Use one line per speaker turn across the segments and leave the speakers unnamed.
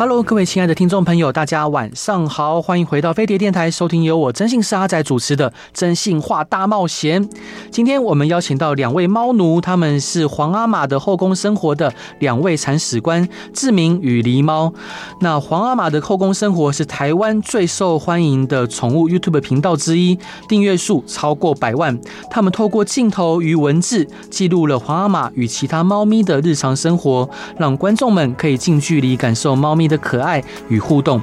Hello，各位亲爱的听众朋友，大家晚上好，欢迎回到飞碟电台，收听由我真心是阿仔主持的《真性话大冒险》。今天我们邀请到两位猫奴，他们是皇阿玛的后宫生活的两位铲屎官志明与狸猫。那皇阿玛的后宫生活是台湾最受欢迎的宠物 YouTube 频道之一，订阅数超过百万。他们透过镜头与文字记录了皇阿玛与其他猫咪的日常生活，让观众们可以近距离感受猫咪的可爱与互动。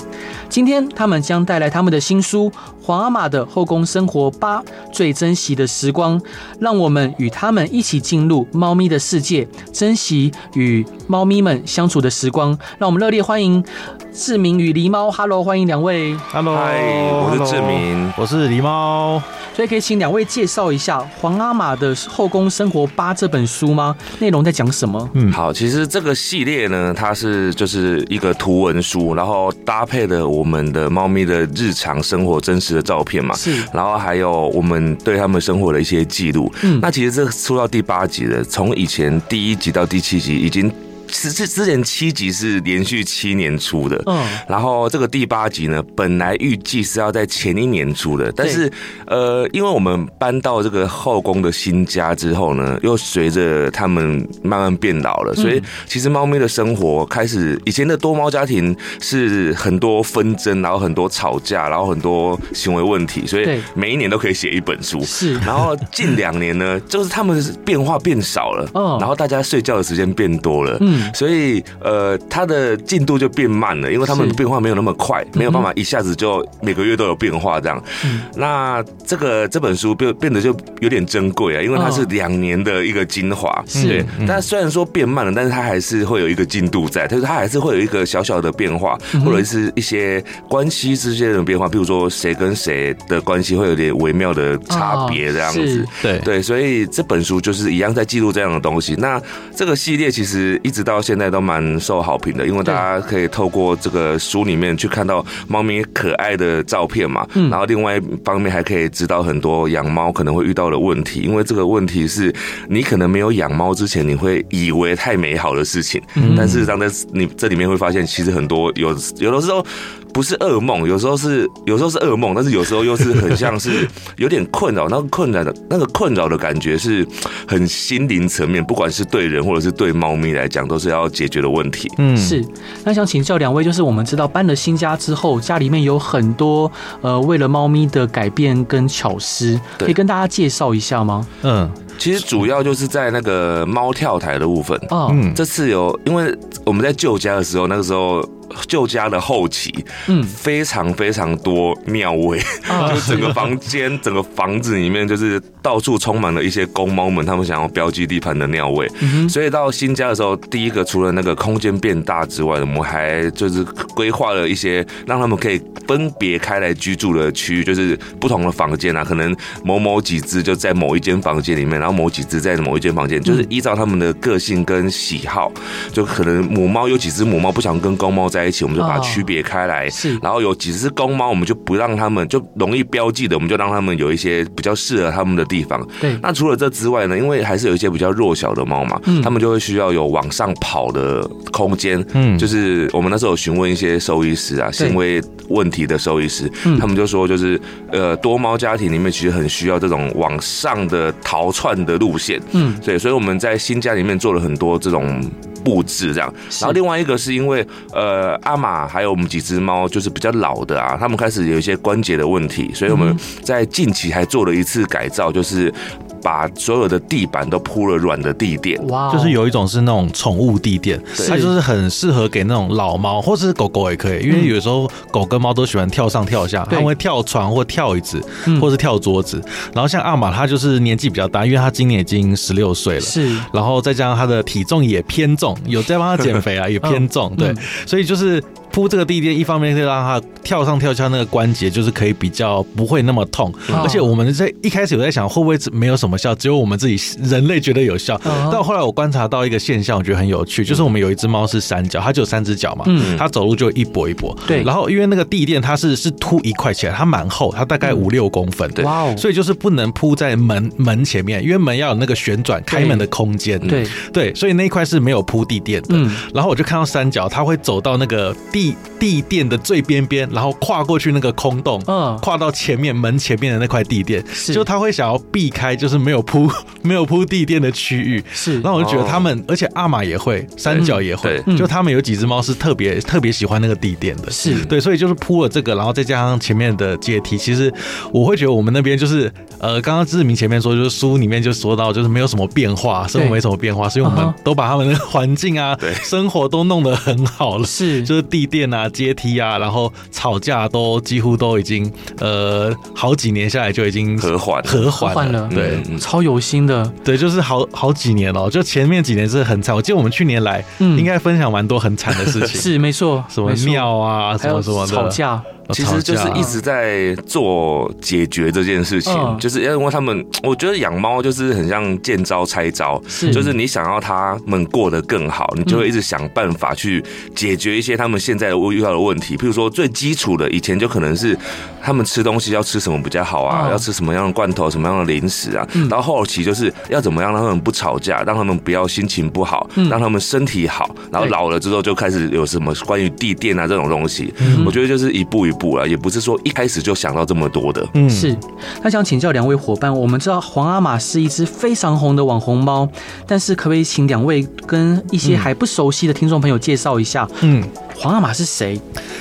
今天他们将带来他们的新书《皇阿玛的后宫生活八：最珍惜的时光》，让我们与他们一起进入猫咪的世界，珍惜与猫咪们相处的时光。让我们热烈欢迎志明与狸猫，Hello，欢迎两位。
Hello，
嗨，我是志
hello，
明。
我是狸猫。
所以可以请两位介绍一下《皇阿玛的后宫生活八》这本书吗？内容在讲什么？
嗯
好，其实这个系列呢，它是就是一个图文书，然后搭配了我们的猫咪的日常生活真实的照片嘛，
是
然后还有我们对它们生活的一些记录。
嗯
那其实这出到第八集了，从以前第一集到第七集已经。之之之前七集是连续七年出的，
嗯
然后这个第八集呢，本来预计是要在前一年出的，但是呃，因为我们搬到这个后宫的新家之后呢，又随着他们慢慢变老
嗯
了，所以其实猫咪的生活开始，以前的多猫家庭是很多纷争，然后很多吵架，然后很多行为问题，所
对
以每一年都可以写一本书。
是
然后近两年呢，就是他们变化变少了，
嗯
然后大家睡觉的时间变多了，
嗯
所以呃，它的进度就变慢了，因为他们
是
变化没有那么快，没有办法一下子就每个月都有变化这样。
嗯
那这个这本书变变得就有点珍贵啊，因为它是
嗯
两年的一个精华，
是嗯
对。但虽然说变慢了，但是它还是会有一个进度在，就是它还是会有一个小小的变化，
嗯
或者是一些关系之间的变化，比如说谁跟谁的关系会有点微妙的差别这样
哦
子
是。
对，
对，所以这本书就是一样在记录这样的东西。那这个系列其实一直到现在都蛮受好评的，因为大家可以透过这个书里面去看到猫咪可爱的照片嘛，
嗯
然后另外一方面还可以知道很多养猫可能会遇到的问题，因为这个问题是你可能没有养猫之前你会以为太美好的事情，但事实上在你这里面会发现，其实很多有有的时候。不是噩梦，有时候是有时候是噩梦，但是有时候又是很像是 有点困扰，那个困扰的那个困扰的感觉是很心灵层面，不管是对人或者是对猫咪来讲，都是要解决的问题。
嗯，
是，那想请教两位，就是我们知道搬了新家之后，家里面有很多呃为了猫咪的改变跟巧思，
对
可以跟大家介绍一下吗？
嗯
其实主要就是在那个猫跳台的部分。
哦，
嗯，
这次有，因为我们在旧家的时候，那个时候旧家的后期
嗯，
非常非常多尿味，
啊
就是整个房间、整个房子里面，就是到处充满了一些公猫们，它们想要标记地盘的尿味。
嗯哼
所以到新家的时候，第一个除了那个空间变大之外，我们还就是规划了一些让他们可以分别开来居住的区域，就是不同的房间啊，可能某某几只就在某一间房间里面，然后某几只在某一间房间，就是
嗯
依照他们的个性跟喜好，就可能母猫有几只母猫不想跟公猫在一起，我们就把它
哦
区别开来。
是
然后有几只公猫，我们就不让它们就容易标记的，我们就让它们有一些比较适合它们的地方。
对，
那除了这之外呢，因为还是有一些比较弱小的猫嘛，
嗯
它们就会需要有往上跑的空间。
嗯
就是我们那时候有询问一些兽医师啊，
对
行为问题的兽医师
嗯，
他们就说，就是呃，多猫家庭里面其实很需要这种往上的逃窜的路线。
嗯
对，所以我们在新家里面做了很多这种布置，这样。然后另外一个是因为呃，阿玛还有我们几只猫就是比较老的啊，它们开始有一些关节的问题，所以我们在近期还做了一次改造，就是把所有的地板都铺了软的地垫。
哇哦
就是有一种是那种宠物地垫，
对
它就是很适合给那种老猫或者是狗狗也可以，因
嗯
为有时候狗跟猫都喜欢跳上跳下，
对
它们会跳床或跳椅子
嗯，
或是跳桌子。然后像阿玛，它就是年纪比较大，因为它今年已经十六岁了。
是
然 后再加上它的体重也偏重，有在帮它减肥啊，也偏重，对
嗯，
所以就是铺这个地垫，一方面是让它跳上跳下那个关节，就是可以比较不会那么痛。
嗯
而且我们在一开始有在想，会不会没有什么效，只有我们自己人类觉得有效。
嗯
但后来我观察到一个现象，我觉得很有趣，就是我们有一只猫是三脚，它只有三只脚嘛，
嗯
它走路就一跛一跛。
对
然后因为那个地垫它是是凸一块起来，它蛮厚，它大
嗯
概五六公分。
哇哦，
所以就是不能铺在门门前面，因为门要有那个旋转开门的空间。
对，
对，所以那一块是没有铺地垫的。
嗯
然后我就看到三角，它会走到那个地地垫的最边边，然后跨过去那个空洞，
嗯
跨到前面门前面的那块地垫，
是
就它会想要避开，就是没有铺 没有铺地垫的区域。
是，
然后我就觉得他们，
哦
而且阿玛也会，三角也会，
对
就他们有几只猫是特别特别喜欢那个地垫的，
是
对，所以就是铺了这个，然后再加上前面的阶梯，其实我会觉得我们那边就是，呃，刚刚志明前面说，就是书里面就说到，就是没有什么变化，生活没什么变化，所以我
啊
们
哈
都把他们的环境啊、生活都弄得很好了。
是
就是地垫啊、阶梯啊，然后吵架都几乎都已经，呃，好几年下来就已经
和缓
和
换
缓了，对，
嗯
超有心的，
对，就是好好几年哦，就前面几年是很惨。我记得我们去年来，
嗯
应该分享蛮多很惨的事情，
是没错，
什么
没错
尿啊，
还
什
有
么什么的
吵，哦架，
呃
其实就是
吵架
一直在做解决这件事情，
嗯
就是因为他们，我觉得养猫就是很像见招拆招，
是
就是你想要它们过得更好，你就会一直想办法去解决一些他们现在遇到的问题。譬如说最基础的，以前就可能是他们吃东西要吃什么比较好
哦
啊，
嗯
要吃什么样的罐头、什么样的零食啊。
嗯
然后后期就是要怎么样让他们不吵架，让他们不要心情不好，
嗯
让他们身体好。然后
对
老了之后就开始有什么关于地垫啊这种东西，
嗯
我觉得就是一步一步啊，也不是说一开始就想到这么多的。
嗯，
是，那想请教两位伙伴，我们知道皇阿玛是一只非常红的网红猫，但是可不可以请两位跟一些还不熟悉的听众朋友介绍一下
嗯，
皇阿玛是谁？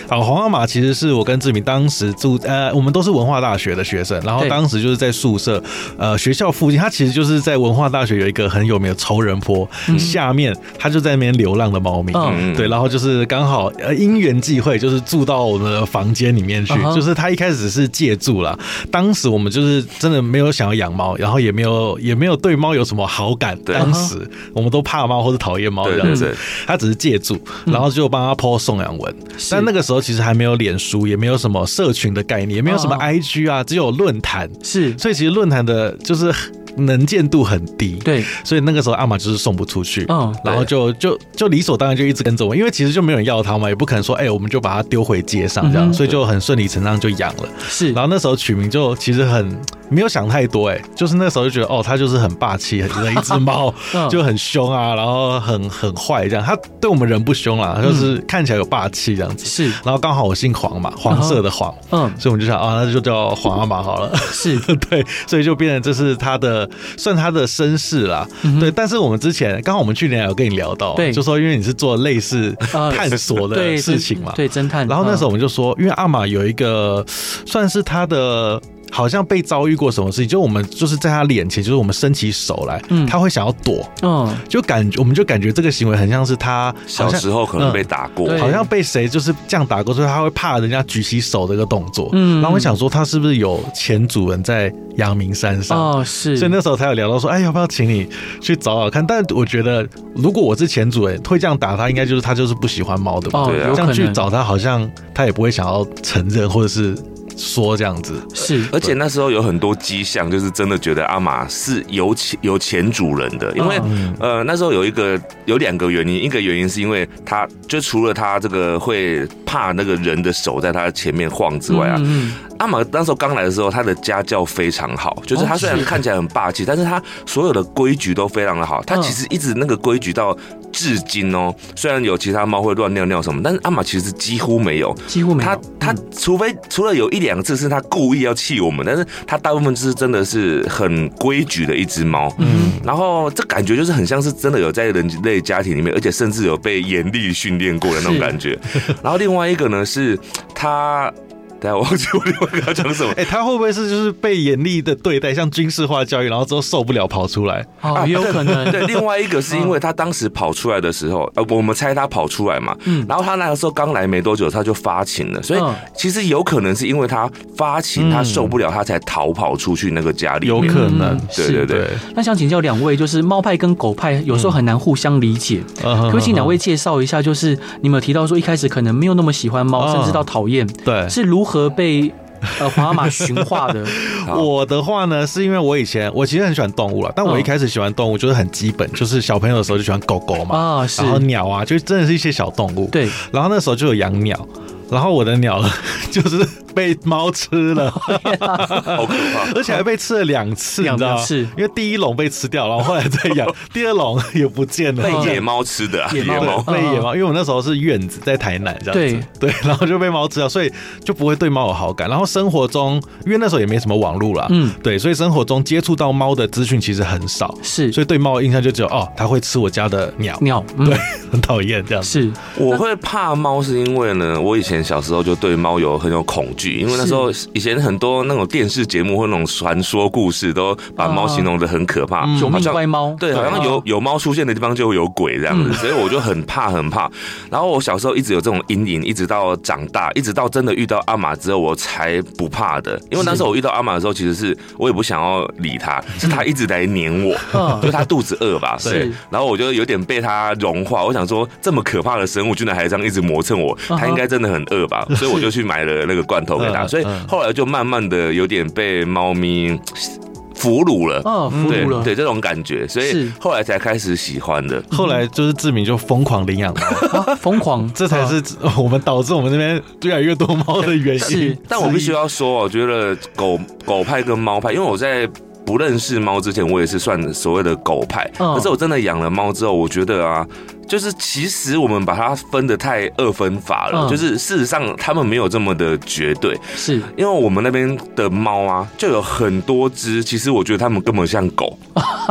好，皇阿玛其实是我跟志明当时住，呃，我们都是文化大学的学生，然后
对
当时就是在宿舍，呃，学校附近，它其实就是在文化大学有一个很有名的仇人坡、下面，它就在那边流浪的猫咪，
嗯
对，然后就是刚好呃因缘际会，就是住到我们的房间里面去
嗯哼
就是他一开始是借住啦，当时我们就是真的没有想要养猫，然后也没有也没有对猫有什么好感，
对
嗯
当时我们都怕猫或者讨厌猫这
对
样
对
子，
对，
他只是借住，
嗯
然后就帮他 po 送养文。但那个时候其实还没有脸书，也没有什么社群的概念，也没有什么
哦
IG 啊，只有论坛，
是
所以其实论坛的就是能见度很低。。
对，
所以那个时候阿玛就是送不出去，
嗯
然后就就就理所当然就一直跟着我，因为其实就没有人要它嘛，也不可能说哎、我们就把它丢回街上这样，
嗯哼
所以就很顺理成章就养了。
是
然后那时候取名就其实很没有想太多、哎，就是那时候就觉得哦，它就是很霸气的一只猫
嗯，
就很凶啊，然后很很坏这样。它对我们人不凶啦，就是
嗯
看起来有霸气这样子。
是
然后刚好我姓黄嘛，黄色的黄，
嗯
所以我们就想啊，那就叫黄阿玛好了。
是
对，所以就变成这是他的算他的身世啦。对，但是我们之前刚好我们去年有跟你聊到，
嗯对
就说因为你是做类似
呃
探索的
对
事情嘛，
对侦探。
然后那时候
嗯
我们就说，因为阿玛有一个算是他的。好像被遭遇过什么事情，就我们就是在他脸前，就是我们伸起手来，
嗯
他会想要躲，
嗯
就感觉我们就感觉这个行为很像是他
小时候可能被打过，
对
好像嗯被谁就是这样打过，所以他会怕人家举起手这个动作。
嗯
然后我想说他是不是有前主人在阳明山上？
哦是，
所以那时候才有聊到说，哎，要不要请你去找找看？但我觉得，如果我是前主人，会这样打他，应该就是他就是不喜欢猫的吧？
哦
对啊
有
这
可
样去
能
找他，好像他也不会想要承认或者是说这样子。
是
而且那时候有很多迹象，就是真的觉得阿玛是有前有前主人的，
哦。
因为、
嗯
呃那时候有一个有两个原因，一个原因是因为他就除了他这个会怕那个人的手在他前面晃之外啊，
嗯嗯
阿玛那时候刚来的时候，他的家教非常好，就是他虽然看起来很霸气，但是他所有的规矩都非常的好。
嗯
他其实一直那个规矩到至今哦，虽然有其他猫会乱尿尿什么，但是阿玛其实几乎没有。
嗯几乎没有
他他除非除了有一两次是他故意要气我们，但是他大部分是真的是很规矩的一只猫。
嗯
然后这感觉就是很像是真的有在人类家庭里面，而且甚 至有被严厉训练过的那种感觉。然后另外一个呢是他。大家忘记我另外一个要讲什么
哎、他会不会是就是被严厉的对待，像军事化教育，然后之后受不了跑出来？
哦，也有可能，
啊对，另外一个是因为他当时跑出来的时候，呃，我们猜他跑出来嘛，
嗯
然后他那个时候刚来没多久，他就发情了，所以
嗯
其实有可能是因为他发情，他受不了，他才逃跑出去那个家里
有
面。
可能，
嗯
对
是
对对
对，
那想请教两位，就是猫派跟狗派有时候很难互相理解，
嗯
可不可以请两位介绍一下？就是你们有提到说一开始可能没有那么喜欢猫，
嗯
甚至到讨厌，
对。
是如何被呃皇阿玛驯化 的？
好
我的话呢，是因为我以前我其实很喜欢动物了，但
嗯
我一开始喜欢动物就是很基本，就是小朋友的时候就喜欢狗狗嘛，
啊，是
然，后鸟啊，就真的是一些小动物。
对，
然后那时候就有养鸟，然后我的鸟 就是被猫吃了，
好可怕。
嗯
而且还被吃了两次，你
两
知道吗
次
因为第一笼被吃掉，然后后来再养，第二笼也不见了，
被
这
野
样
猫吃的、啊，
野
野
猫
猫
嗯
被野猫，因为我那时候是院子在台南这样子，对， 然后就被猫吃掉，所以就不会对猫有好感。然后生活中，因为那时候也没什么网络啦，
嗯
对，所以生活中接触到猫的资讯其实很少，
是
所以对猫的印象就只有哦，它会吃我家的鸟，
鸟，嗯
对，很讨厌这样子。
是
我会怕猫，是因为呢，我以前小时候就对猫有很有恐惧，因为那时候以前很多那种电视节目或那种传说故事都把猫形容的很可怕，
嗯
九
好
命
像
怪猫，啊嗯
对，好像有有猫出现的地方就有鬼这样子，所以我就很怕很怕。然后我小时候一直有这种阴影，一直到长大，一直到真的遇到阿玛之后，我才不怕的。因为那时候我遇到阿玛的时候，其实是我也不想要理它，是它一直来撵我。
嗯
就它肚子饿吧，
是
对，然后我就有点被它融化。我想说，这么可怕的生物居然还这样一直磨蹭我，
嗯哼
它应该真的很饿吧？所以我就去买了那个罐头给它。
嗯
所以
嗯
后来就慢慢的有点被猫咪俘虏了，
嗯，俘
对
虏了，
对这种感觉，所以
是
后来才开始喜欢的。
后来就是志明就疯狂领养猫，
啊，疯狂，
这才是我们导致我们这边越来越多猫的原因
是。
但我必须要说，哦我觉得狗狗派跟猫派，因为我在。不认识猫之前，我也是算所谓的狗派。
嗯
可是我真的养了猫之后，我觉得啊，就是其实我们把它分得太二分法了，
嗯
就是事实上它们没有这么的绝对。
是
因为我们那边的猫啊，就有很多只，其实我觉得它们根本像狗，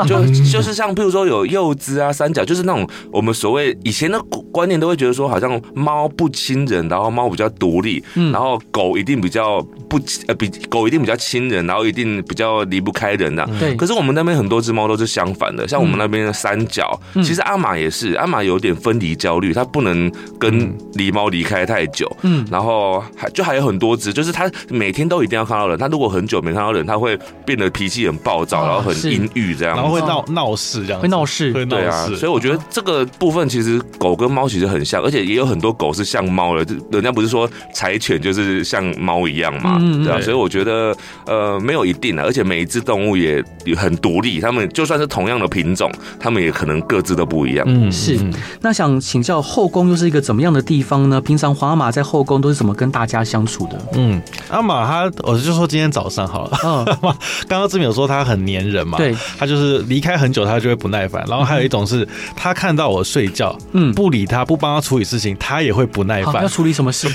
就就是像譬如说有幼只啊、三角，就是那种我们所谓以前的观念都会觉得说，好像猫不亲人，然后猫比较独立，
嗯
然后狗一定比较不亲呃比狗一定比较亲人，然后一定比较离不开人啊
嗯
的、
对
可是我们那边很多只猫都是相反的，像我们那边的三角，
嗯
其实阿玛也是，阿玛有点分离焦虑，它不能跟狸猫离开太久，
嗯，
然后还就还有很多只，就是它每天都一定要看到人。它如果很久没看到人，它会变得脾气很暴躁，
啊
然后很
是
阴郁这样。
然后会闹闹事这样子，
会闹事
会闹
嗯对啊，
事。
所以我觉得
嗯
这个部分其实狗跟猫其实很像，而且也有很多狗是像猫的，就人家不是说柴犬就是像猫一样嘛，
嗯嗯嗯
对啊，
对
所以我觉得呃没有一定的，而且每一只动物也也很独立，它们就算是同样的品种，它们也可能各自都不一样。
嗯
是那想请教后宫又是一个怎么样的地方呢？平常皇阿玛在后宫都是怎么跟大家相处 的？
嗯，阿玛他，我就说今天早上好了。
嗯，
刚刚志明有说他很粘人嘛，
对，
他就是离开很久他就会不耐烦。然后还有一种是他看到我睡觉，
嗯
不理他，不帮他处理事情，他也会不耐
好，
烦
要。处理什么 事？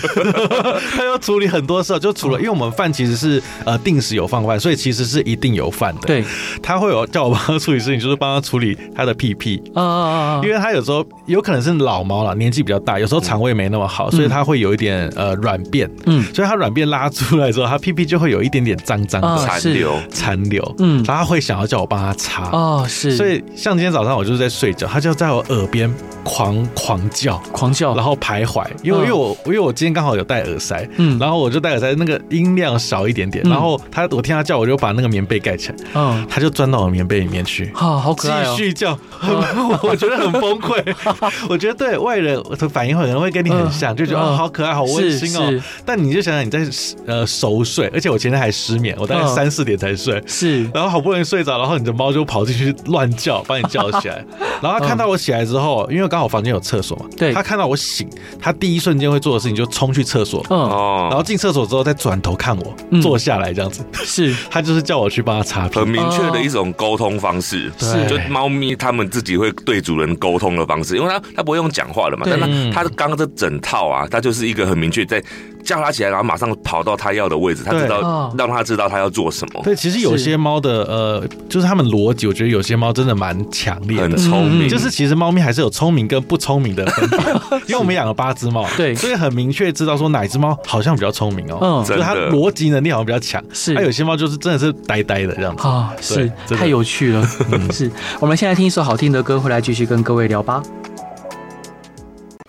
他要处理很多事，就
哦
除了因为我们饭其实是呃定时有放饭，所以其实是一定有饭的。，
对，
他会有叫我帮他处理事情，就是帮他处理他的屁屁。
啊啊啊啊
因！为他有时候有可能是老猫了，年纪比较大，有时候肠胃没那么好，所以他会有一点呃软便，
嗯
所以他软便拉出来之后，他屁屁就会有一点点脏脏
啊
的
残
是
留，
残留，
嗯
然后他会想要叫我帮他擦，
哦，是，
所以像今天早上我就是在睡觉，他就在我耳边狂狂叫。
狂叫，
然后徘徊，因为
哦嗯
因为我因为我今天刚好有戴耳塞，
嗯
然后我就戴耳塞，那个音量少一点点，
嗯
然后他我听他叫，我就把那个棉被盖起来，
嗯，
他就钻到我棉被里面去，
好好
继
可爱哦，嗯
续叫， 我觉得很崩溃。 我觉得对外人的反应可能会跟你很像，
嗯
就觉得
嗯
哦好可爱，好温
是
馨哦
是。
但你就想想你在呃熟睡，而且我前天还失眠，我大概
嗯
三四点才睡。
是，嗯
然后好不容易睡着，然后你的猫就跑进去乱 叫，把你叫起来。然后它看到我起来之后，因为刚好房间有厕所嘛，
对
它看到我醒，它第一瞬间会做的事情就冲去厕所，
嗯，
哦，
然后进厕所之后再转头看我，
嗯
坐下来这样子。
是，
它就是叫我去帮它擦屁
很。明确的一种沟通方式，
是
就猫咪它们自己会对主人沟通的方式，因为它它不会用讲话的嘛，
对
但它它刚刚这整套啊，它就是一个很明确在叫它起来，然后马上跑到它要的位置，它知
对
哦
道让它知道它要做什么，
对，其实有
是
些猫的呃，就是它们逻辑，我觉得有些猫真的蛮强烈
很
的。
嗯
聪明，
就是其实猫咪还是有聪明跟不聪明的分 别，因为我们养了八只猫，
对
所以很明确知道说哪只猫好像比较聪明哦，
嗯
就是它
真的
逻辑能力好像比较强，
是
它有些猫就是真的是呆呆的这样子，
啊，
对
是
真的
太有趣 了。嗯是，我们现在听一首好听的歌，回来继续跟各位聊吧。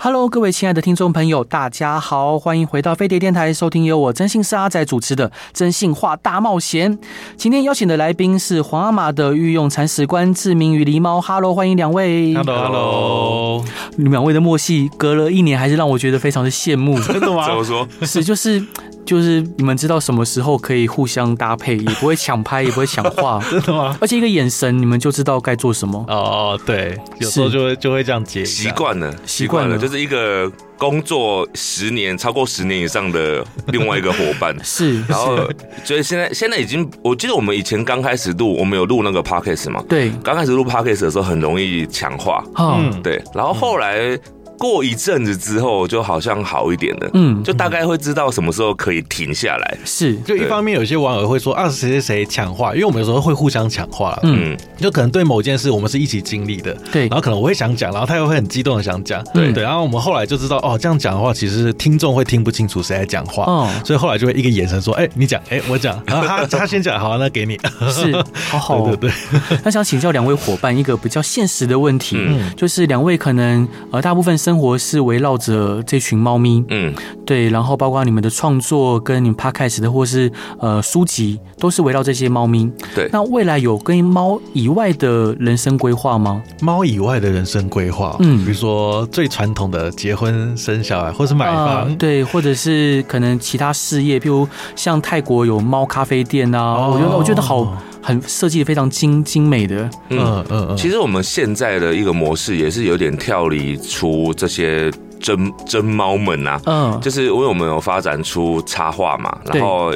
Hello，各位亲爱的听众朋友，大家好，欢迎回到飞碟电台，收听由我真心是阿仔主持的《真性话大冒险》。今天邀请的来宾是皇阿玛的御用铲屎官志明与狸猫。Hello，欢迎两位。
Hello Hello，
你们两位的默契，隔了一年还是让我觉得非常的羡慕。
真的
怎么
吗？
说？
是，就是就是，你们知道什么时候可以互相搭 配，也不会抢拍，也不会抢话。
真的吗？
而且一个眼神，你们就知道该做什么。
哦，对，有时候
是
就会就会这样接一下
习惯了，
习
习
惯
惯
了。
了，就是一个工作十年、超过十年以上的另外一个伙伴
是，
然后，所以现在现在已经，我记得我们以前刚开始录，我们有录那个 podcast 嘛，
对，
刚开始录 podcast 的时候很容易强化，
哈，
嗯，
对。然后后来过一阵子之后，就好像好一点了，
嗯，
就大概会知道什么时候可以停下来。
是，
就一
对
方面有些网友会说啊谁谁谁抢话，因为我们有时候会互相抢话啦，
嗯，
嗯，
就可能对某件事我们是一起经历的，
对
然，后可能我会想讲，然后他又会很激动的想讲，
对
对，然后我们后来就知道哦，这样讲的话，其实听众会听不清楚谁在讲话，
哦
所以后来就会一个眼神说，哎、你讲，哎、我 讲，然后他他先讲，好，那给你，
是，好好哦。
对对对，
那想请教两位伙伴一个比较现实的问题，
嗯
就是两位可能呃大部分生活是围绕着这群猫咪，
嗯，
对，然后包括你们的创作跟你们 podcast 的或是呃书籍，都是围绕这些猫咪。
对。
那未来有跟猫以外的人生规划吗？
猫以外的人生规划，
嗯
嗯，比如说最传统的结婚生小孩，或是买
啊，
房，
对，或者是可能其他事业，譬如像泰国有猫咖啡店啊，
哦
我觉得我觉得好很设计得非常精精美的，
嗯嗯嗯，
其实我们现在的一个模式也是有点跳离出这些真真猫们啊，
嗯，
就是因为我们有发展出插画嘛，
对
然后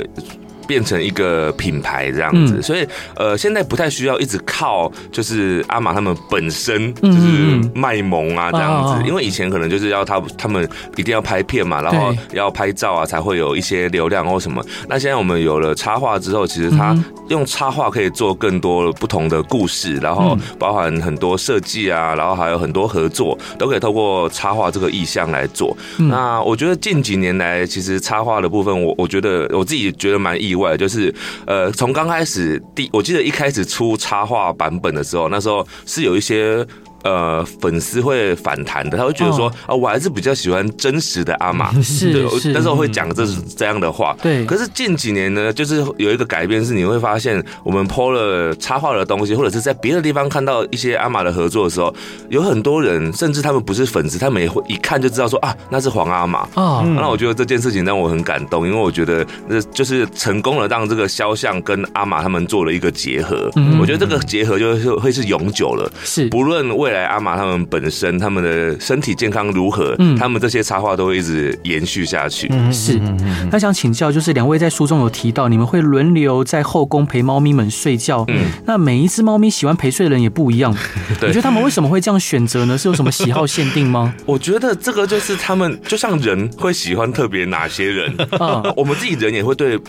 变成一个品牌这样子，
嗯
所以呃，现在不太需要一直靠就是阿玛他们本身就
嗯
是
嗯
卖萌啊这样
哦哦
子，
哦
因为以前可能就是要他他们一定要拍片嘛，然后要拍照啊才会有一些流量或什么。那现在我们有了插画之后，其实它
嗯
用插画可以做更多不同的故事，然后
嗯
包含很多设计啊，然后还有很多合作，都可以透过插画这个意向来做。
嗯
那我觉得近几年来，其实插画的部分，我我觉得我自己觉得蛮意外的，就是呃，从刚开始第，我记得一开始出插画版本的时候，那时候是有一些。呃，粉丝会反弹的，他会觉得说
哦
啊、我还是比较喜欢真实的阿玛，
是
对，我
是
那时候会讲这这样的话。
嗯对
可是近几年呢，就是有一个改变是，你会发现我们 PO 了插画的东西，或者是在别的地方看到一些阿玛的合作的时候，有很多人，甚至他们不是粉丝，他们也会一看就知道说啊，那是黄阿玛。
啊，
嗯
那我觉得这件事情让我很感动，因为我觉得那就是成功了，让这个肖像跟阿玛他们做了一个结合。
嗯
我觉得这个结合就是会是永久了，
是
嗯
不论未来阿玛他们本身他们的身体健康如何，
嗯
他们这些插画都会一直延续下去。
嗯
是
嗯嗯嗯
那想请教，就是两位在书中有提到，你们会轮流在后宫陪猫咪们睡觉。
嗯
那每一只猫咪喜欢陪睡的人也不一 样，你
对
觉得他们为什么会这样选择呢？是有什么喜好限定 吗？
我觉得这个就是他们，就像人会喜欢特别哪 些人，
啊，
我们自己人也会对。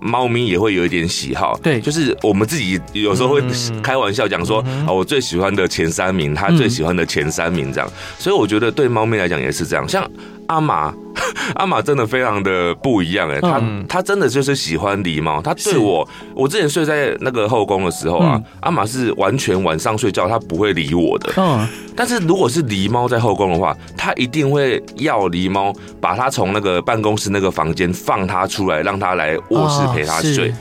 猫咪也会有一点喜好，
对嗯
就是我们自己有时候会开玩笑讲说啊，我最喜欢的前三名，他最喜欢的前三名这样，所以我觉得对猫咪来讲也是这样。像阿玛， 阿玛真的非常的不一样哎、他
嗯
他真的就是喜欢狸猫，他对
是
我，我之前睡在那个后宫的时候啊
嗯，
阿玛是完全晚上睡觉，他不会理我的，
嗯，
但是如果是狸猫在后宫的话，它一定会要狸猫把它从那个办公室那个房间放它出来，让它来卧室陪它
哦
啊是
睡。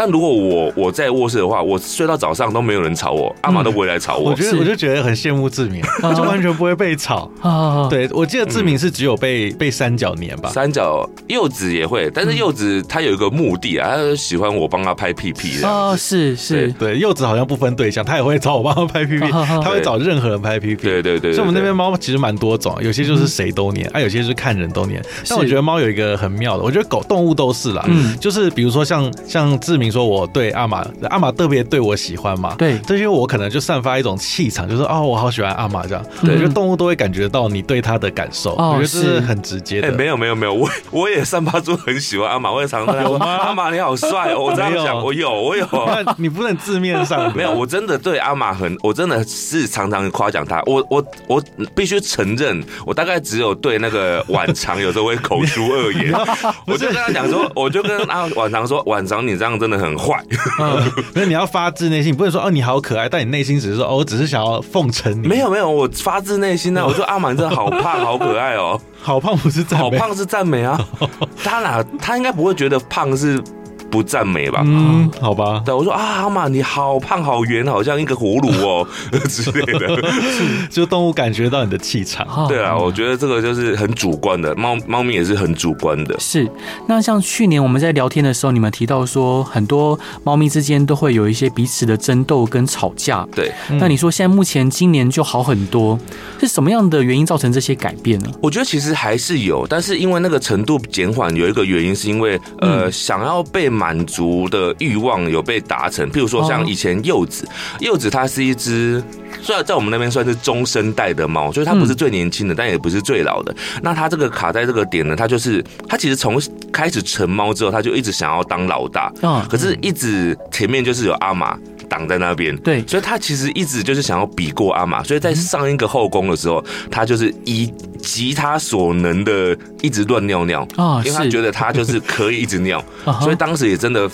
但如果我我在卧室的话，我睡到早上都没有人吵我，阿玛都不会来吵
嗯
我。
我觉
是
得我就觉得很羡慕志 明，
啊
就完全不会被吵。
啊，，
对，我记得志明是只有被被三角年吧，
三角柚子也会，但是柚子它有一个目的啊，它喜欢我帮它拍屁屁
哦
的。
啊，是是，
对，柚子好像不分对象，他也会找我帮他拍 PPT，
啊啊啊
他会找任何人拍 PPT。
对对对对
所以我们那边猫其实蛮多种，有些
嗯
就是谁都粘，啊，有些就是看人都粘。但我觉得猫有一个很妙的，我觉得狗动物都是啦，
嗯
就是比如说像像志明明说我对阿玛，阿玛特别对我喜欢嘛，
对
这些我可能就散发一种气场，就是哦，我好喜欢阿玛这样。我
对
觉得动物都会感觉到你对它的感受，
哦
我觉得这是
是
很直接
哎、
的。
没有没有没有，我我也散发出很喜欢阿玛，我也常常跟他说阿玛你好帅哦，我这样
没有
讲，我有我有。啊
那你不能字面上
没有，我真的对阿玛很，我真的是常常夸奖他。我我我必须承认，我大概只有对那个晚长有时候会口出恶 言。我就跟他讲说，我就跟阿晚长说，晚长你这样真的很坏。
嗯，那你要发自内心，不能说哦你好可爱，但你内心只是说哦我只是想要奉承你。
没 有没有，我发自内心的、啊我说阿玛你真的好胖，好可爱哦，
好胖不是赞
好
美，
胖是赞美啊。他哪他应该不会觉得胖是不赞美吧？
嗯，好吧，
对，我说啊，阿玛你好胖好圆，好像一个葫芦哦 之类的。
就动物感觉到你的气场。
哦
对啊，我觉得这个就是很主观的，猫猫咪也是很主观的。
是，那像去年我们在聊天的时候，你们提到说，很多猫咪之间都会有一些彼此的争斗跟吵架。
对，
那你说现在目前今年就好很多，是什么样的原因造成这些改变呢？
我觉得其实还是有，但是因为那个程度减缓，有一个原因是因为呃，
嗯
想要被满足的欲望有被达成。譬如说像
哦
以前柚子，柚子它是一只。虽然在我们那边算是中生代的猫，就是它
嗯
不是最年轻的，但也不是最老的。那它这个卡在这个点呢，它就是它其实从开始成猫之后，它就一直想要当老大，
啊、
可是一直前面就是有阿玛挡在那边，
对
所以他其实一直就是想要比过阿玛，所以在上一个后宫的时候，他就是以极他所能的一直乱尿尿，
啊，
因为他觉
是，
得他就是可以一直尿，
啊哈
所以当时也真的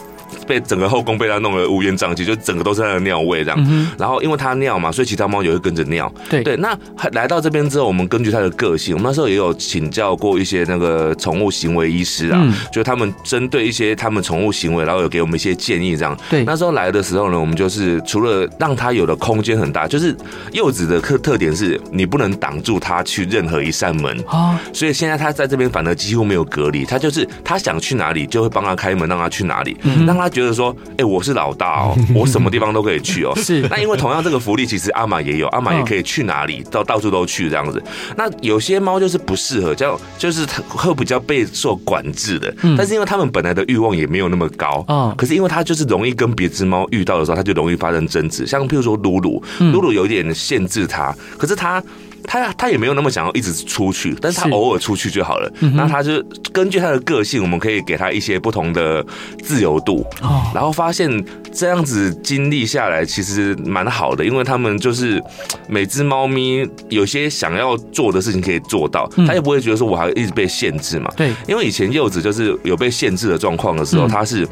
被整个后宫被他弄得乌烟瘴气，就整个都是他的尿味这样。
嗯
然后因为他尿嘛，所以其他猫也会跟着尿。
哼，对
对，那来到这边之后，我们根据它的个性，我们那时候也有请教过一些那个宠物行为医师啊，
嗯
就是他们针对一些他们宠物行为，然后有给我们一些建议这样。
对
那时候来的时候呢，我们就是除了让它有的空间很大，就是柚子的特特点是你不能挡住它去任何一扇门，
啊，
所以现在它在这边反而几乎没有隔离，它就是它想去哪里就会帮它开门让它去哪里，
嗯
让它觉得说，哎、我是老大 哦，我什么地方都可以去哦。
是
那因为同样这个福利，其实阿玛也有，阿玛也
嗯
可以去哪里，到到处都去这样子。那有些猫就是不适合，叫就是它会比较被受管制的，
嗯
但是因为它们本来的欲望也没有那么高，
啊，
可是因为它就是容易跟别只猫遇到的时候，它就容易发生争执。像譬如说鲁鲁，
嗯
鲁鲁有点限制它，可是它。它它也没有那么想要一直出去，但是它
是
偶尔出去就好了。
嗯哼
那它就根据它的个性，我们可以给它一些不同的自由度。
哦，
然后发现这样子经历下来，其实蛮好的，因为他们就是嘖每只猫咪有些想要做的事情可以做到，
嗯
它也不会觉得说我还一直被限制嘛。
对，
因为以前柚子就是有被限制的状况的时候，
嗯
它是，譬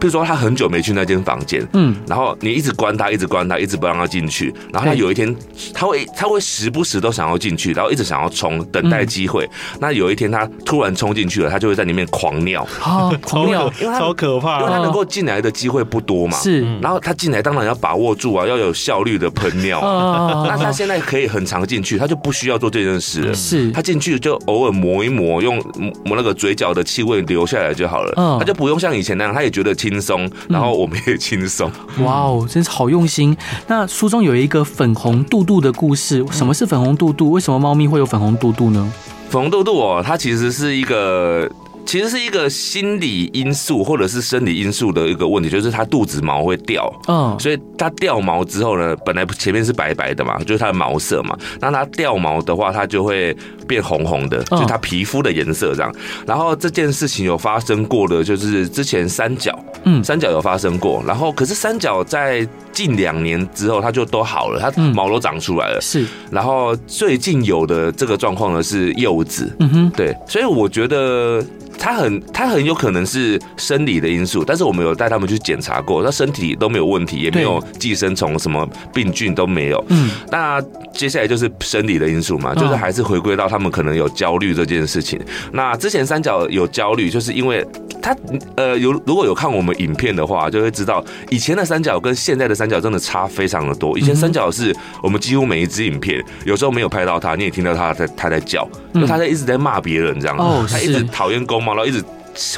如说它很久没去那间房间，
嗯，
然后你一直关它，一直关它，一直不让它进去，然后它
对
有一天，它会它会时不时都想要进去，然后一直想要冲，等待
嗯
机会。那有一天它突然冲进去了，它就会在里面狂尿，
啊，
超
狂
可
鸟
因为它
超可
因为
怕，
它能够进来的机会不多嘛。
是
嗯
然后他进来当然要把握住啊，要有效率的喷尿啊。那他
啊，
现在可以很常进去，他就不需要做这件事了。
是
他进去就偶尔磨一磨，用磨那个嘴角的气味留下来就好了
嗯。
他就不用像以前那样，他也觉得轻松，然后我们也轻松。
哇
嗯
哦，真是好用心。那书中有一个粉红肚肚的故事，什么是粉红肚肚？为什么猫咪会有粉红肚肚呢？
粉红肚肚哦，它其实是一个。其实是一个心理因素或者是生理因素的一个问题，就是它肚子毛会掉，
嗯，
所以它掉毛之后呢，本来前面是白白的嘛，就是它的毛色嘛。那它掉毛的话，它就会变红红的，
嗯
就是它皮肤的颜色这样。然后这件事情有发生过的，就是之前三角，
嗯
三角有发生过。然后可是三角在近两年之后，它就都好了，它
嗯
毛都长出来了。
是，
然后最近有的这个状况呢是柚子，
嗯哼，
对，所以我觉得它很它很有可能是生理的因素，但是我们有带他们去检查过，那身体都没有问题，也没有寄生虫什么病菌都没有。
嗯，
那接下来就是生理的因素嘛，
嗯
就是还是回归到他们可能有焦虑这件事情。那之前三角有焦虑，就是因为他呃有如果有看我们影片的话，就会知道以前的三角跟现在的三角真的差非常的多。以
嗯
前三角是我们几乎每一支影片，有时候没有拍到他，你也听到他在他在叫，
嗯
就他在一直在骂别人这样，
哦
他一
是
直讨厌公猫，然后一直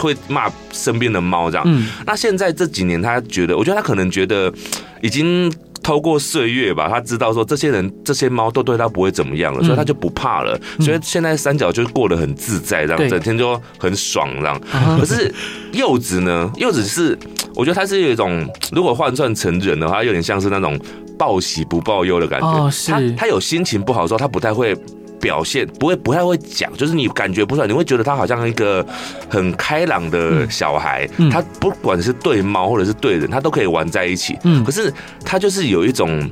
会骂身边的猫
啊
这样。
嗯，
那现在这几年，他觉得，我觉得他可能觉得已经。透过岁月吧，他知道说这些人、这些猫都对他不会怎么样了，
嗯
所以他就不怕了。所以现在三角就过得很自在，这
对
样整天就很爽这样。
啊哈
可是柚子呢？柚子是我觉得它是有一种，如果换算成人的话，它有点像是那种报喜不报忧的感觉。
哦是
他他有心情不好的时候，他不太会。表现不会不太会讲，就是你感觉不出来，你会觉得他好像一个很开朗的小孩，
嗯
他不管是对猫或者是对人，他都可以玩在一起。
嗯
可是他就是有一种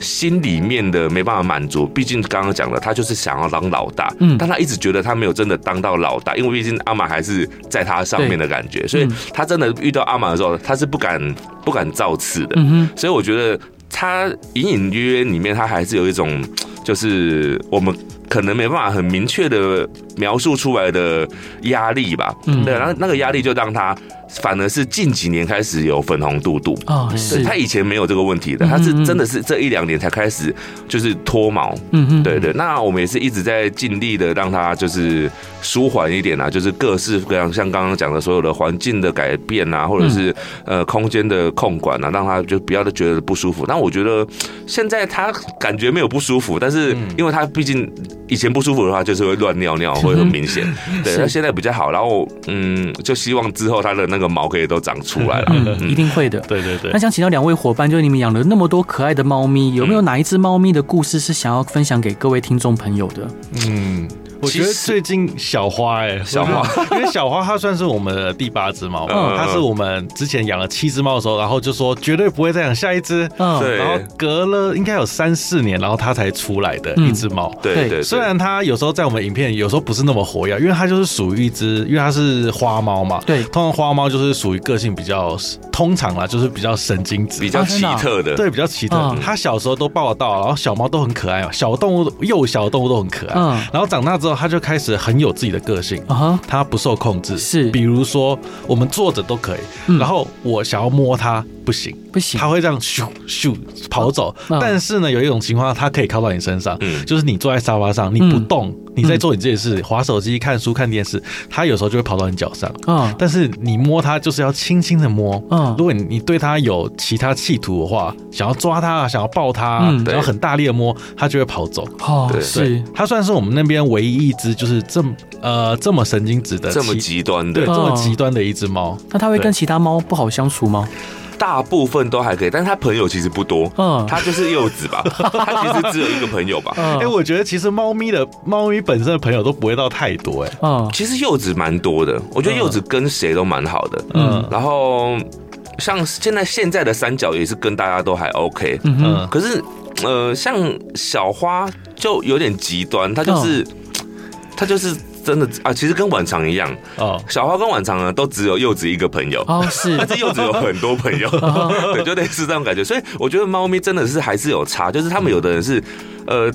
心里面的没办法满足，毕竟刚刚讲了，他就是想要当老大，
嗯
但他一直觉得他没有真的当到老大，因为毕竟阿玛还是在他上面的感觉，所以
嗯
他真的遇到阿玛的时候，他是不敢不敢造次的，
嗯哼，
所以我觉得他隐隐约约里面，他还是有一种，就是我们可能没办法很明确的描述出来的压力吧。
嗯
对，然后那个压力就让他反而是近几年开始有粉红肚肚。
哦
对
是，
他以前没有这个问题的，
嗯嗯
他是
嗯
真的是这一两年才开始就是脱毛，
嗯哼，
对对，那我们也是一直在尽力的让它就是舒缓一点啊，就是各式各样，像刚刚讲的所有的环境的改变啊，或者是、
嗯
呃空间的控管啊，让它就不要的觉得不舒服。那我觉得现在它感觉没有不舒服，但是
嗯
因为它毕竟以前不舒服的话，就是会乱尿尿，会很明 显。对，
是
那现在比较好，然后嗯，就希望之后它的那个毛可以都长出来了。
嗯，一定会的。
对对对
那。想请到两位伙伴，就是你们养了那么多可爱的猫咪，有没
嗯
有哪一只猫咪的故事是想要分享给各位听众朋友的？
嗯，我觉得最近小花哎、
小花
我觉得，因为小花它算是我们的第八只猫，
嗯
它是我们之前养了七只猫的时候，然后就说绝对不会再养下一只，
嗯，
对
然后隔了应该有三四年，然后它才出来的
嗯
一只猫。
对
对
对对，
虽然它有时候在我们影片有时候不是那么活跃，因为它就是属于一只，因为它是花猫嘛。
对
通常花猫就是属于个性比较，通常啦就是比较神经质，
比较
啊真
奇
的啊
特的，
对，比较奇特。
嗯
它小时候都抱得到，然后小猫都很可爱哦，小动物幼小动物都很可爱。
嗯
然后长大之后，它就开始很有自己的个性。
啊哈，
它不受控制，
是
比如说我们坐着都可以，
嗯
然后我想要摸它不行，
不行
它，会这样咻咻跑走。
嗯
但是呢，有一种情况，它可以靠到你身上，
嗯
就是你坐在沙发上，你不动，
嗯
你在做你自己的事，划手机、看书、看电视，它有时候就会跑到你脚上。
嗯
但是你摸它就是要轻轻的摸，
嗯
如果你你对它有其他企图的话，想要抓它啊，想要抱它啊，
嗯
想要很大力的摸，它就会跑走。
哦
对
是，
它算是我们那边唯一一只就是这么呃这么神经质的
这么
其
极端的
对这
嗯
么极端的一只猫。
那它会跟其他猫不好相处吗？
大部分都还可以，但是他朋友其实不多，
嗯
他就是柚子吧，他其实只有一个朋友吧。
嗯
哎、我觉得其实猫咪的猫咪本身的朋友都不会到太多哎、
嗯
其实柚子蛮多的，我觉得柚子跟谁都蛮好的。
嗯
然后像现在现在的三角也是跟大家都还 OK，
嗯哼
嗯
可是呃，像小花就有点极端，她就是她就是真的啊，其实跟晚长一样，
哦，
小花跟晚长呢都只有柚子一个朋友。
哦 是
但是柚子有很多朋友，对，就类似这种感觉。所以我觉得猫咪真的是还是有差，就是他们有的人是，呃。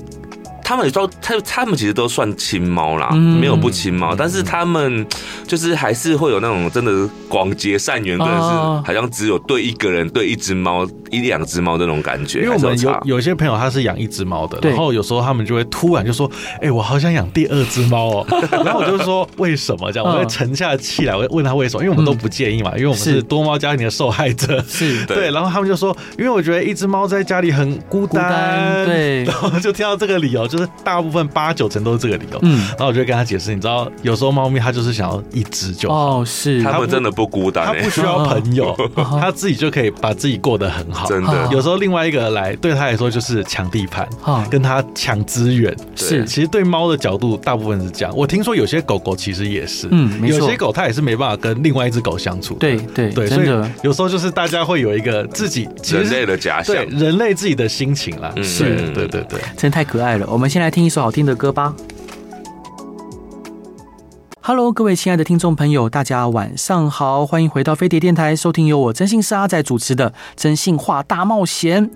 他们都，他他们其实都算亲猫啦，
嗯
没有不亲猫，但是他们就是还是会有那种真的广结善缘，真的是
啊
哦
好像只有对一个人、对一只猫、一两只猫那种感觉，
因为
还
我
是
们
差
有。有些朋友他是养一只猫的，
对
然后有时候他们就会突然就说：“哎、我好想养第二只猫 哦。”然后我就说：“为什么？”这样，
嗯
我会沉下气来，我会问他为什么，因为我们都不建议嘛，因为我们
是
是多猫家庭的受 害者。
是
对
对，然后他们就说：“因为我觉得一只猫在家里很孤
孤单对
然后就听到这个理由，就是大部分八九成都是这个理由。
嗯
然后我就跟他解释，你知道，有时候猫咪它就是想要一只就好，
哦是
他们真的不孤单
它
哎、
不需要朋友，它自己就可以把自己过得很好。
真的
啊。
有时候另外一个来，对他来说就是抢地盘
啊，
跟他抢资源。
是
其实对猫的角度，大部分是这样。我听说有些狗狗其实也是，
嗯没错
有些狗它也是没办法跟另外一只狗相处的。
对对
对，所
真
以
的
有时候就是大家会有一个自己其实
人
是
类的假想
对，人类自己的心情啦。
嗯
是
嗯
对对对。
真的太可爱了。我们先来听一首好听的歌吧。Hello，各位亲爱的听众朋友，大家晚上好，欢迎回到飞碟电台，收听由我真心是阿仔主持的《真心话大冒险》。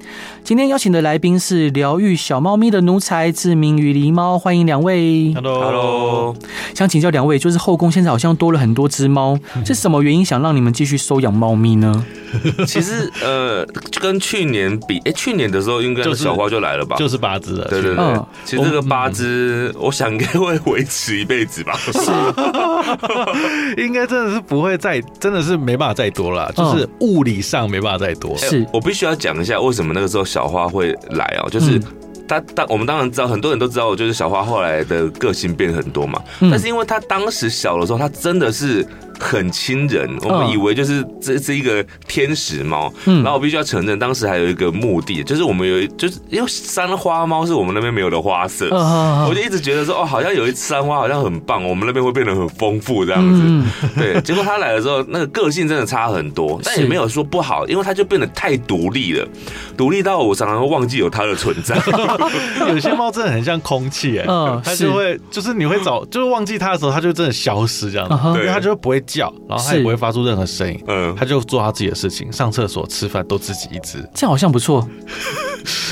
今天邀请的来宾是疗愈小猫咪的奴才志明与狸猫，欢迎两位。
哦
Hello，
想请教两位，就是后宫现在好像多了很多只猫，
嗯
是什么原因想让你们继续收养猫咪呢？
其实呃，跟去年比，哎、去年的时候应该
就是
小花就来了吧？
就是八只了。
对对 对
嗯，
其实这个八只，我嗯想应该会维持一辈子吧。
是，应该真的是不会再，真的是没办法再多了啦，
嗯
就是物理上没办法再多。
是
我必须要讲一下为什么那个时候小花会来哦，就是
嗯
她当我们当然知道，很多人都知道，就是小花后来的个性变很多嘛。
嗯
但是因为她当时小的时候，她真的是很亲人，我们以为就是这这一个天使猫，
嗯
然后我必须要承认，当时还有一个目的，就是我们有一就是因为山花猫是我们那边没有的花色，
嗯嗯
我就一直觉得说哦，好像有一次山花好像很棒，我们那边会变得很丰富这样子。
嗯
对，结果他来了之后，那个个性真的差很多，但也没有说不好，因为他就变得太独立了，独立到我常常会忘记有他的存在。
有些猫真的很像空气哎、
嗯
它
是
就会就是你会找就是忘记它的时候，它就真的消失这样子
啊哈，
因为它就不会叫，然后它也
是
不会发出任何声音，
嗯
它就做它自己的事情，上厕所、吃饭都自己一只。
这样好像不错，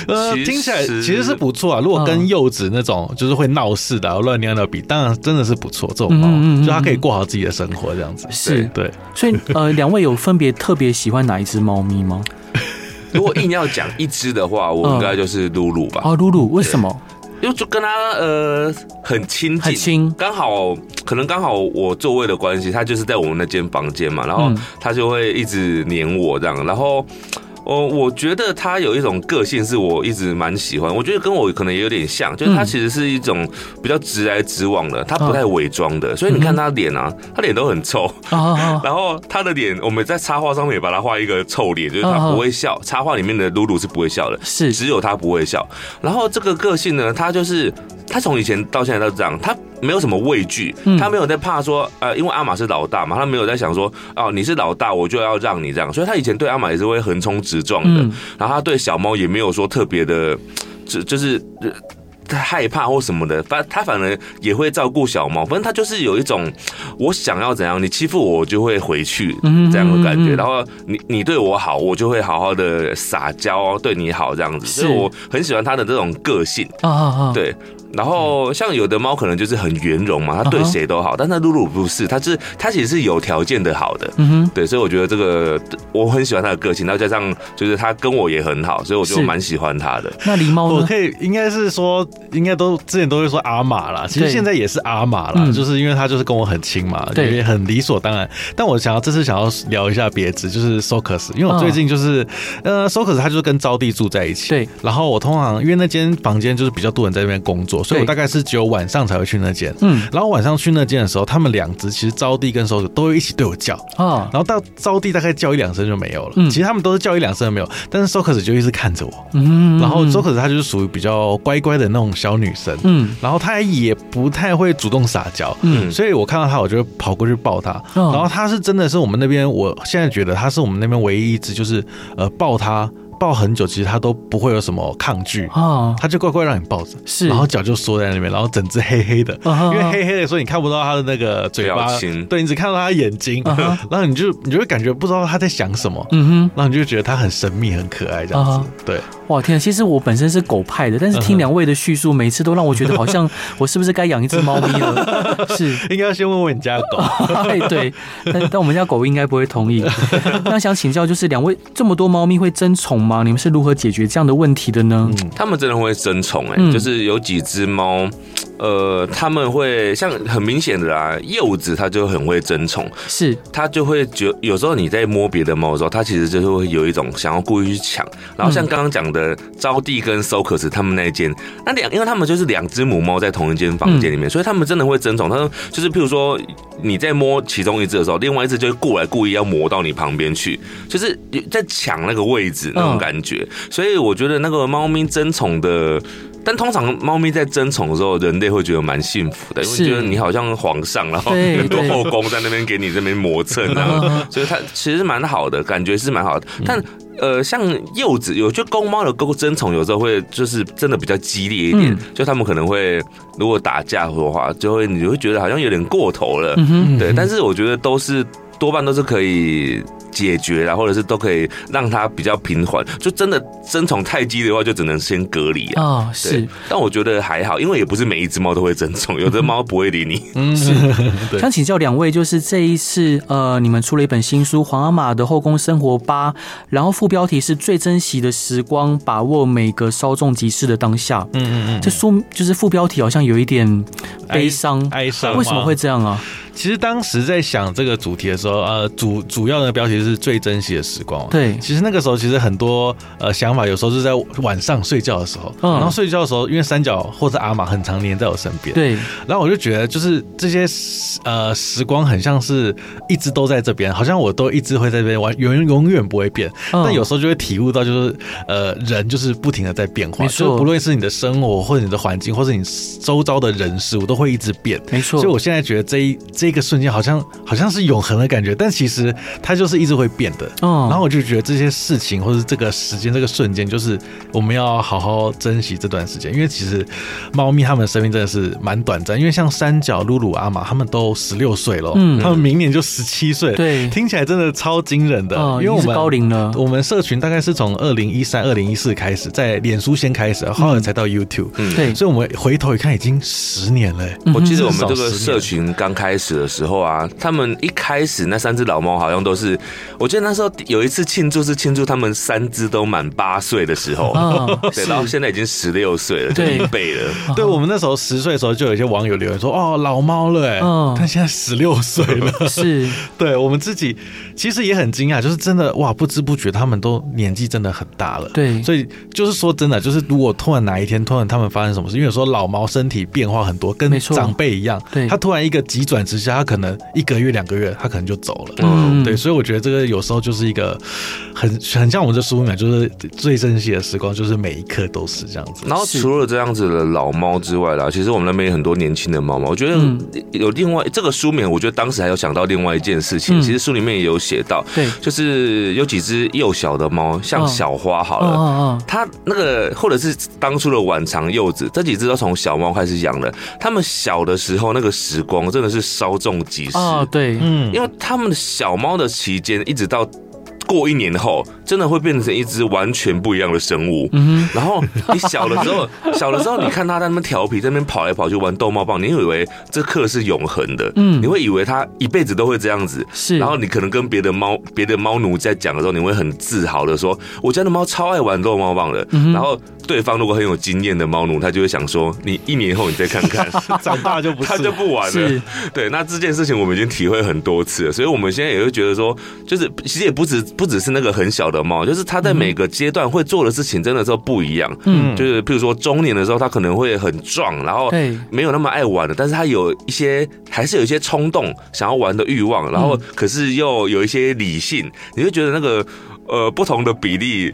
呃，
其实
听起来其实是不错啊。如果
嗯
跟幼子那种就是会闹事的、啊、乱尿尿比，当然真的是不错。这种猫、
嗯嗯嗯
就它可以过好自己的生活这样子。
是
对，
所以呃，两位有分别特别喜欢哪一只猫咪吗？
如果硬要讲一只的话，我应该就是露露吧，
哦，露露，为什么？
因为就跟他呃很亲
很
近。
亲，
刚好可能刚好我座位的关系，他就是在我们那间房间嘛，然后
嗯
他就会一直黏我这样，然后。哦，我觉得他有一种个性是我一直蛮喜欢，我觉得跟我可能也有点像，就是他
嗯
其实是一种比较直来直往的，他不
哦
太伪装的，所以你看他脸啊，他脸都很臭，
啊啊啊
然后他的脸我们在插画上面也把他画一个臭脸，就是他
哦哦
不会笑，插画里面的露露是不会笑的，
是
只有他不会笑。然后这个个性呢，他就是他从以前到现在都这样，他没有什么畏惧
嗯，
他没有在怕说，呃，因为阿玛是老大嘛，他没有在想说，哦，你是老大，我就要让你这样。所以他以前对阿玛也是会横冲直撞的，
嗯
然后他对小猫也没有说特别的，就就是。呃害怕或什么的，反他反而也会照顾小猫，反正他就是有一种我想要怎样，你欺负我我就会回去
嗯
这样的感
嗯嗯
觉，
嗯
然后你你对我好，我就会好好的撒娇对你好这样子，所以
是
我很喜欢他的这种个性。
啊啊啊！
对，然后像有的猫可能就是很圆融嘛，它对
嗯哼
谁都好，但那露露不是，它是它其实是有条件的好的。
嗯哼，
对，所以我觉得这个我很喜欢它的个性，然后加上就是它跟我也很好，所以我就是蛮喜欢它的。
哦那狸猫
我
呢？
可以应该是说，应该都之前都会说阿玛啦，其实
对
现在也是阿玛啦，
嗯
就是因为他就是跟我很亲嘛，
对
也很理所当然。但我想要这次想要聊一下别致，就是 Socus，因
嗯
为我最近就是、呃 Socus 他就是跟招娣住在一起，
对。
然后我通常因为那间房间就是比较多人在那边工作，所以我
对
大概是只有晚上才会去那间。
嗯
然后晚上去那间的时候，他们两只其实招娣跟 Socus 都会一起对我叫，
啊
然后到招娣大概叫一两声就没有了。
嗯
其实他们都是叫一两声就没有，但是 Socus 就一直看着我。
嗯，
然后
嗯
周可子她就是属于比较乖乖的那种小女生，
嗯
然后她也不太会主动撒娇，
嗯
所以我看到她我就会跑过去抱她，
嗯
然后她是真的是我们那边，我现在觉得她是我们那边唯一一只就是呃抱她抱很久，其实她都不会有什么抗拒。
啊
她就乖乖让你抱着，
是
然后脚就缩在那边，然后整只黑黑的，
啊哈
因为黑黑的，所以你看不到她的那个嘴巴
表情，
对你只看到她的眼睛，
啊哈
然后你就你就会感觉不知道她在想什么，
嗯
然后你就觉得她很神秘、很可爱这样
啊
子
哈，
对。
哼，哇天啊！其实我本身是狗派的，但是听两位的叙述，每次都让我觉得好 像我是不是该养一只猫咪了？是，
应该要先问问你家的狗。
哎对，但但我们家狗应该不会同 意。那想请教，就是两位这么多猫咪会争宠吗？你们是如何解决这样的问题的呢？
嗯
它们真的会争宠哎、
嗯
就是有几只猫，呃，它们会像很明显的啦，柚子它就很会争宠，
是
它就会觉有时候你在摸别的猫的时候，它其实就是会有一种想要故意去抢。然后像刚刚讲的招娣跟 Socus 他们那一间，那两因为他们就是两只母猫在同一间房间里面，所以他们真的会争宠。他说就是譬如说你在摸其中一只的时候，另外一只就会过来故意要磨到你旁边去，就是在抢那个位置那种感觉。
嗯
所以我觉得那个猫咪争宠的。但通常猫咪在争宠的时候，人类会觉得蛮幸福的，因为
是
觉得你好像皇上，然后
对
很多
对
后宫在那边给你这边磨蹭，这样
嗯
啊
所以它其实蛮好的，感觉是蛮好的。
嗯
但呃，像柚子，有就公猫的勾争宠，有时候会就是真的比较激烈一点，
嗯
就他们可能会如果打架的话，就会你会觉得好像有点过头了，
嗯哼，
对。但是我觉得都是多半都是可以。解决啦，或者是都可以让它比较平缓。就真的争宠太激烈的话，就只能先隔离啊。
啊
对
是。，
但我觉得还好，因为也不是每一只猫都会争宠，有的猫不会理你。
嗯，对
想请教两位，就是这一次，呃，你们出了一本新书《皇阿玛的后宫生活吧》，然后副标题是“最珍惜的时光，把握每个稍纵即逝的当下”。
嗯嗯
这书就是副标题好像有一点悲伤，
哀伤吗
为什么会这样啊？
其实当时在想这个主题的时候，呃，主主要的标题是是最珍惜的时光嘛。
对
其实那个时候其实很多呃想法，有时候是在晚上睡觉的时候，
嗯
然后睡觉的时候，因为三角或者阿玛很常黏在我身边，，
对，
然后我就觉得就是这些呃时光很像是一直都在这边，好像我都一直会在这边玩，永永远不会变。
嗯
但有时候就会体悟到，就是呃人就是不停的在变化，
没错
就不论是你的生活或者你的环境，或是你周遭的人事物，都会一直变。
没错，
所以我现在觉得这一这个瞬间好像好像是永恒的感觉，但其实它就是一直会变的。
嗯
然后我就觉得这些事情或者这个时间这个瞬间，就是我们要好好珍惜这段时间，因为其实猫咪它们的生命真的是蛮短暂，因为像三角、露露、阿玛它们都十六岁了，
嗯
它们明年就十七岁，
对
听起来真的超惊人的，
嗯
因为
已
我
经是
们
高龄了
我们社群大概是从二零一三、二零一四开始，在脸书先开始，后来才到 YouTube，、
嗯
对，
所以我们回头一看，已经十年了、欸
嗯
我记得我们
至
这
少十
个
年
社群刚开始的时候啊，他们一开始那三只老猫好像都是，我记得那时候有一次庆祝是庆祝他们三只都满八岁的时候，
啊，
对，然后现在已经十六岁了，就
对
一倍了。
嗯
对我们那时候十岁的时候，就有一些网友留言说：“哦，老猫了、欸，
嗯
但现在十六岁了。”
是，
对我们自己其实也很惊讶，就是真的哇，不知不觉他们都年纪真的很大了。
对
所以就是说真的，就是如果突然哪一天突然他们发生什么事，因为有时候老猫身体变化很多，跟
没错
长辈一样，
对
它突然一个急转直下，它可能一个月两个月，它可能就走了。
嗯，
对，所以我觉得这个有时候就是一个很很像我们这书名，啊就是最珍惜的时光，就是每一刻都是这样子。
然后除了这样子的老猫之外啦，其实我们那边有很多年轻的猫猫。我觉得
嗯
有另外这个书名，我觉得当时还有想到另外一件事情，
嗯
其实书里面也有写到，
对，
就是有几只幼小的猫，像
嗯
小花好
哦
了。
哦
它那个或者是当初的晚长幼子，这几只都从小猫开始养的。它们小的时候那个时光真的是稍纵即逝，
哦，哦，对，
嗯
因为它们小猫的期间一直到。过一年后，真的会变成一只完全不一样的生物。
嗯
然后你小的时候， 小的时候你看它在那边调皮，在那边跑来跑去玩逗猫棒，你以为这课是永恒的，
嗯
你会以为它一辈子都会这样子。
是，
然后你可能跟别的猫、别的猫奴在讲的时候，你会很自豪的说：“我家的猫超爱玩逗猫棒的。
嗯哼
然后对方如果很有经验的猫奴，他就会想说：“你一年后你再看 看。”
长大就不是
他就不玩了
是。
对，那这件事情我们已经体会很多次了，所以我们现在也会觉得说，就是其实也不止不只是那个很小的猫，就是它在每个阶段会做的事情真的都不一样。
嗯
就是譬如说中年的时候，它可能会很壮，然后
对
没有那么爱玩了，但是它有一些还是有一些冲动想要玩的欲望，然
嗯
后可是又有一些理性，你会觉得那个呃不同的比例。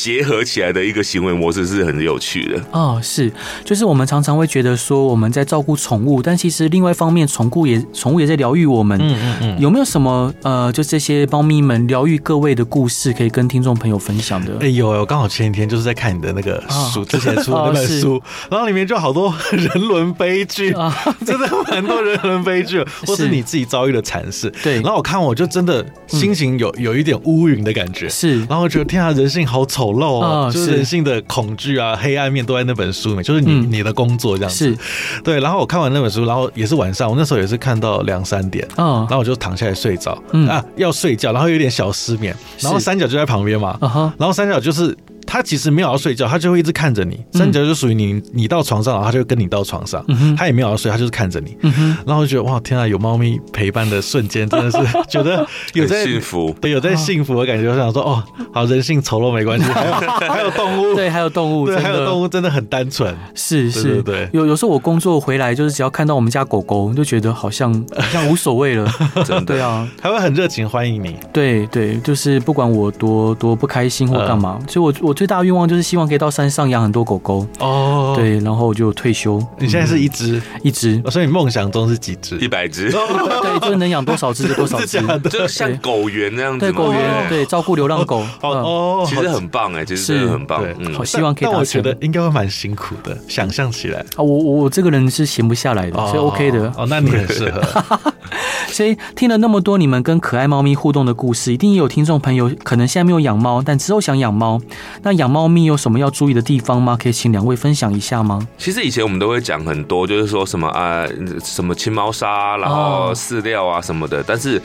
结合起来的一个行为模式是很有趣的，
哦，是，就是我们常常会觉得说我们在照顾宠物，但其实另外一方面，宠物也宠物也在疗愈我们。
嗯嗯嗯。
有没有什么呃，就这些猫咪们疗愈各位的故事，可以跟听众朋友分享的？
哎、有有，刚好前几天就是在看你的那个书，
哦
之前出的那
哦
本
是
书，然后里面就好多 人伦悲剧，
啊
真的蛮多人伦 悲剧，或是
是
你自己遭遇的惨事。
对嗯
然后我看我就真的心情有、有一点乌云的感觉。
是
然后我觉得天啊，人性好丑陋哦，
哦
就是
是
人性的恐惧啊、黑暗面都在那本书里面，就是你、
嗯
你的工作这样子
是。
对，然后我看完那本书，然后也是晚上，我那时候也是看到两三点，
哦
然后我就躺下来睡着，
嗯
啊，要睡觉，然后有点小失眠，然后
是
三角就在旁边嘛，
啊哈，
然后三角就是他其实没有要睡觉，他就会一直看着你。
嗯
三角就属于你，你到床上，然后他就跟你到床上，
嗯哼
他也没有要睡，他就是看着你。
嗯哼，
然后我就觉得哇，天啊，有猫咪陪伴的瞬间，真的是 觉得有
很
在
幸福。
对有在幸福的感觉。我想说，哦，好，人性丑陋没 关系，还有还有动物，
对，还有动物，
对，
真
还有
的
动物真的很单纯。
是
对
是，
对对
有有时候我工作回来，就是只要看到我们家狗狗，就觉得好像好像无所谓 了，
真的
对啊，
还会很热情欢迎你，
对对，就是不管我多多不开心
嗯
或干嘛，所以我我最大的愿望就是希望可以到山上养很多狗狗，
哦，，
对，然后我就退休，嗯
你现在是一只，
一 只，
哦所以你梦想中是几只？
一百只，
对，就是能养多少只就多 少只
真，的假的？
就像
哦对
狗园那样子
对，
嘛，
狗
对
园，对，照顾流浪狗，
好
嗯
哦，
其
好
实很棒哎，其实真
是
的很棒
对，
嗯
好，希望可以
但
达
我
成。
觉得应该会蛮辛苦的，想象起来。
啊，我我我这个人是闲不下来的，所以 OK 的。
哦，那你很适合。
所以听了那么多你们跟可爱猫咪互动的故事，一定也有听众朋友可能现在没有养猫，但之后想养猫。那养猫咪有什么要注意的地方吗？可以请两位分享一下吗？
其实以前我们都会讲很多，就是说什么啊、什么青猫砂，然后
哦
饲料啊什么的，但是。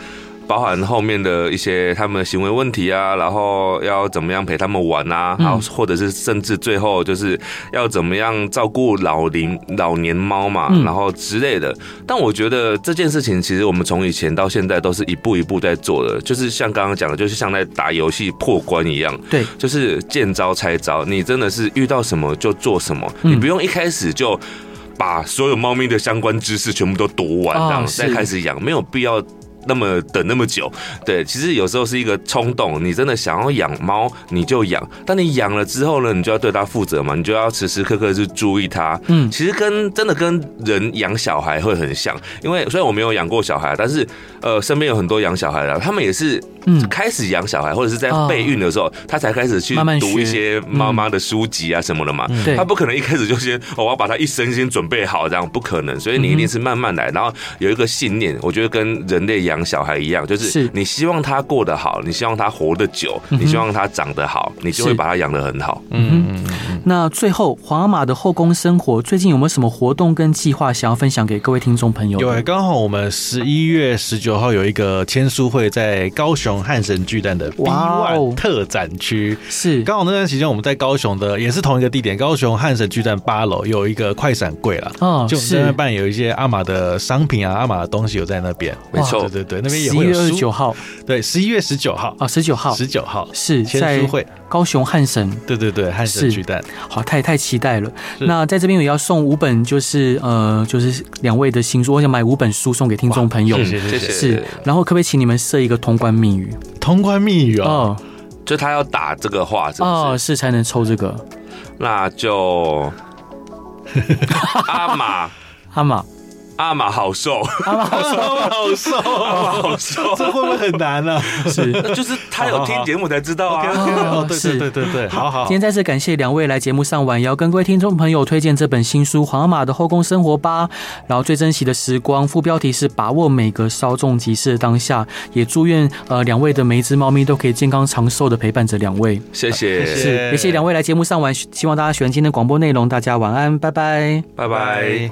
包含后面的一些他们的行为问题啊，然后要怎么样陪他们玩啊，
嗯
然后或者是甚至最后就是要怎么样照顾老龄老年猫嘛
嗯，
然后之类的。但我觉得这件事情其实我们从以前到现在都是一步一步在做的，就是像刚刚讲的，就是像在打游戏破关一样，
对，
就是见招拆招，你真的是遇到什么就做什么，
嗯
你不用一开始就。把所有猫咪的相关知识全部都读完，
哦
这样、
是
再开始养，没有必要那么等那么久。对，其实有时候是一个冲动，你真的想要养猫你就养，但你养了之后呢，你就要对它负责嘛，你就要时时刻刻去注意它。
嗯
其实跟真的跟人养小孩会很像，因为虽然我没有养过小孩，但是呃，身边有很多养小孩的，他们也是
嗯，
开始养小孩，或者是在
哦
备孕的时候，他才开始去
慢慢学嗯
读一些妈妈的书籍啊什么的嘛。
对
他，不可能一开始就先，哦我要把他一生先准备好，这样不可能。所以你一定是慢慢来，然后有一个信念，我觉得跟人类养小孩一样，就是是你希望他过得好，你希望他活得久，
嗯
你希望他长得好，你就是会把他养得很好。
嗯嗯嗯嗯，
那最后皇阿玛的后宫生活最近有没有什么活动跟计划想要分享给各位听众朋友？
有诶、欸刚好我们十一月十九号有一个签书会在高雄汉神巨蛋的 B
哇哦
One 特展区。
是
刚好那段时间我们在高雄的也是同一个地点，高雄汉神巨蛋八楼有一个快闪柜啦，
哦，
就我们在
是
那边办有一些阿玛的商品啊，阿玛的东西有在那边。
没错
对对对，那边也
十一
会
月
有
二十
书
九。号
对，十一月十九号，
啊，十九号
十九号
是
签
在
书会。
高雄汉神
对对对，汉
是
神巨蛋。
好，太太期待了。
是
那在这边也要送五本，就是呃，就是两位的新书，我想买五本书送给听众朋友。
嗯
谢谢谢谢
是，然后可不可以请你们设一个通关密语？
通关密语哦，
哦
就他要打这个话，是不是？
哦，是才能抽这个
那 就阿玛
阿玛
阿玛好瘦，
阿玛好
哦好瘦
阿玛
哦，
好 瘦，
这会不会很难啊呢？
是。
就是他有听节目才知道啊。
哦，对
是
对对对对，好好
今。天再次感谢两位来节目上晚邀，跟各位听众朋友推荐这本新书《皇阿玛的后宫生活吧》，然后最珍惜的时光，副标题是把握每个稍纵即逝的当下，也祝愿呃两位的每一只猫咪都可以健康长寿的陪伴着两位。
谢谢，
谢
是，也谢谢两位来节目上玩，希望大家喜欢今天的广播内容。大家晚安，拜拜。
拜拜。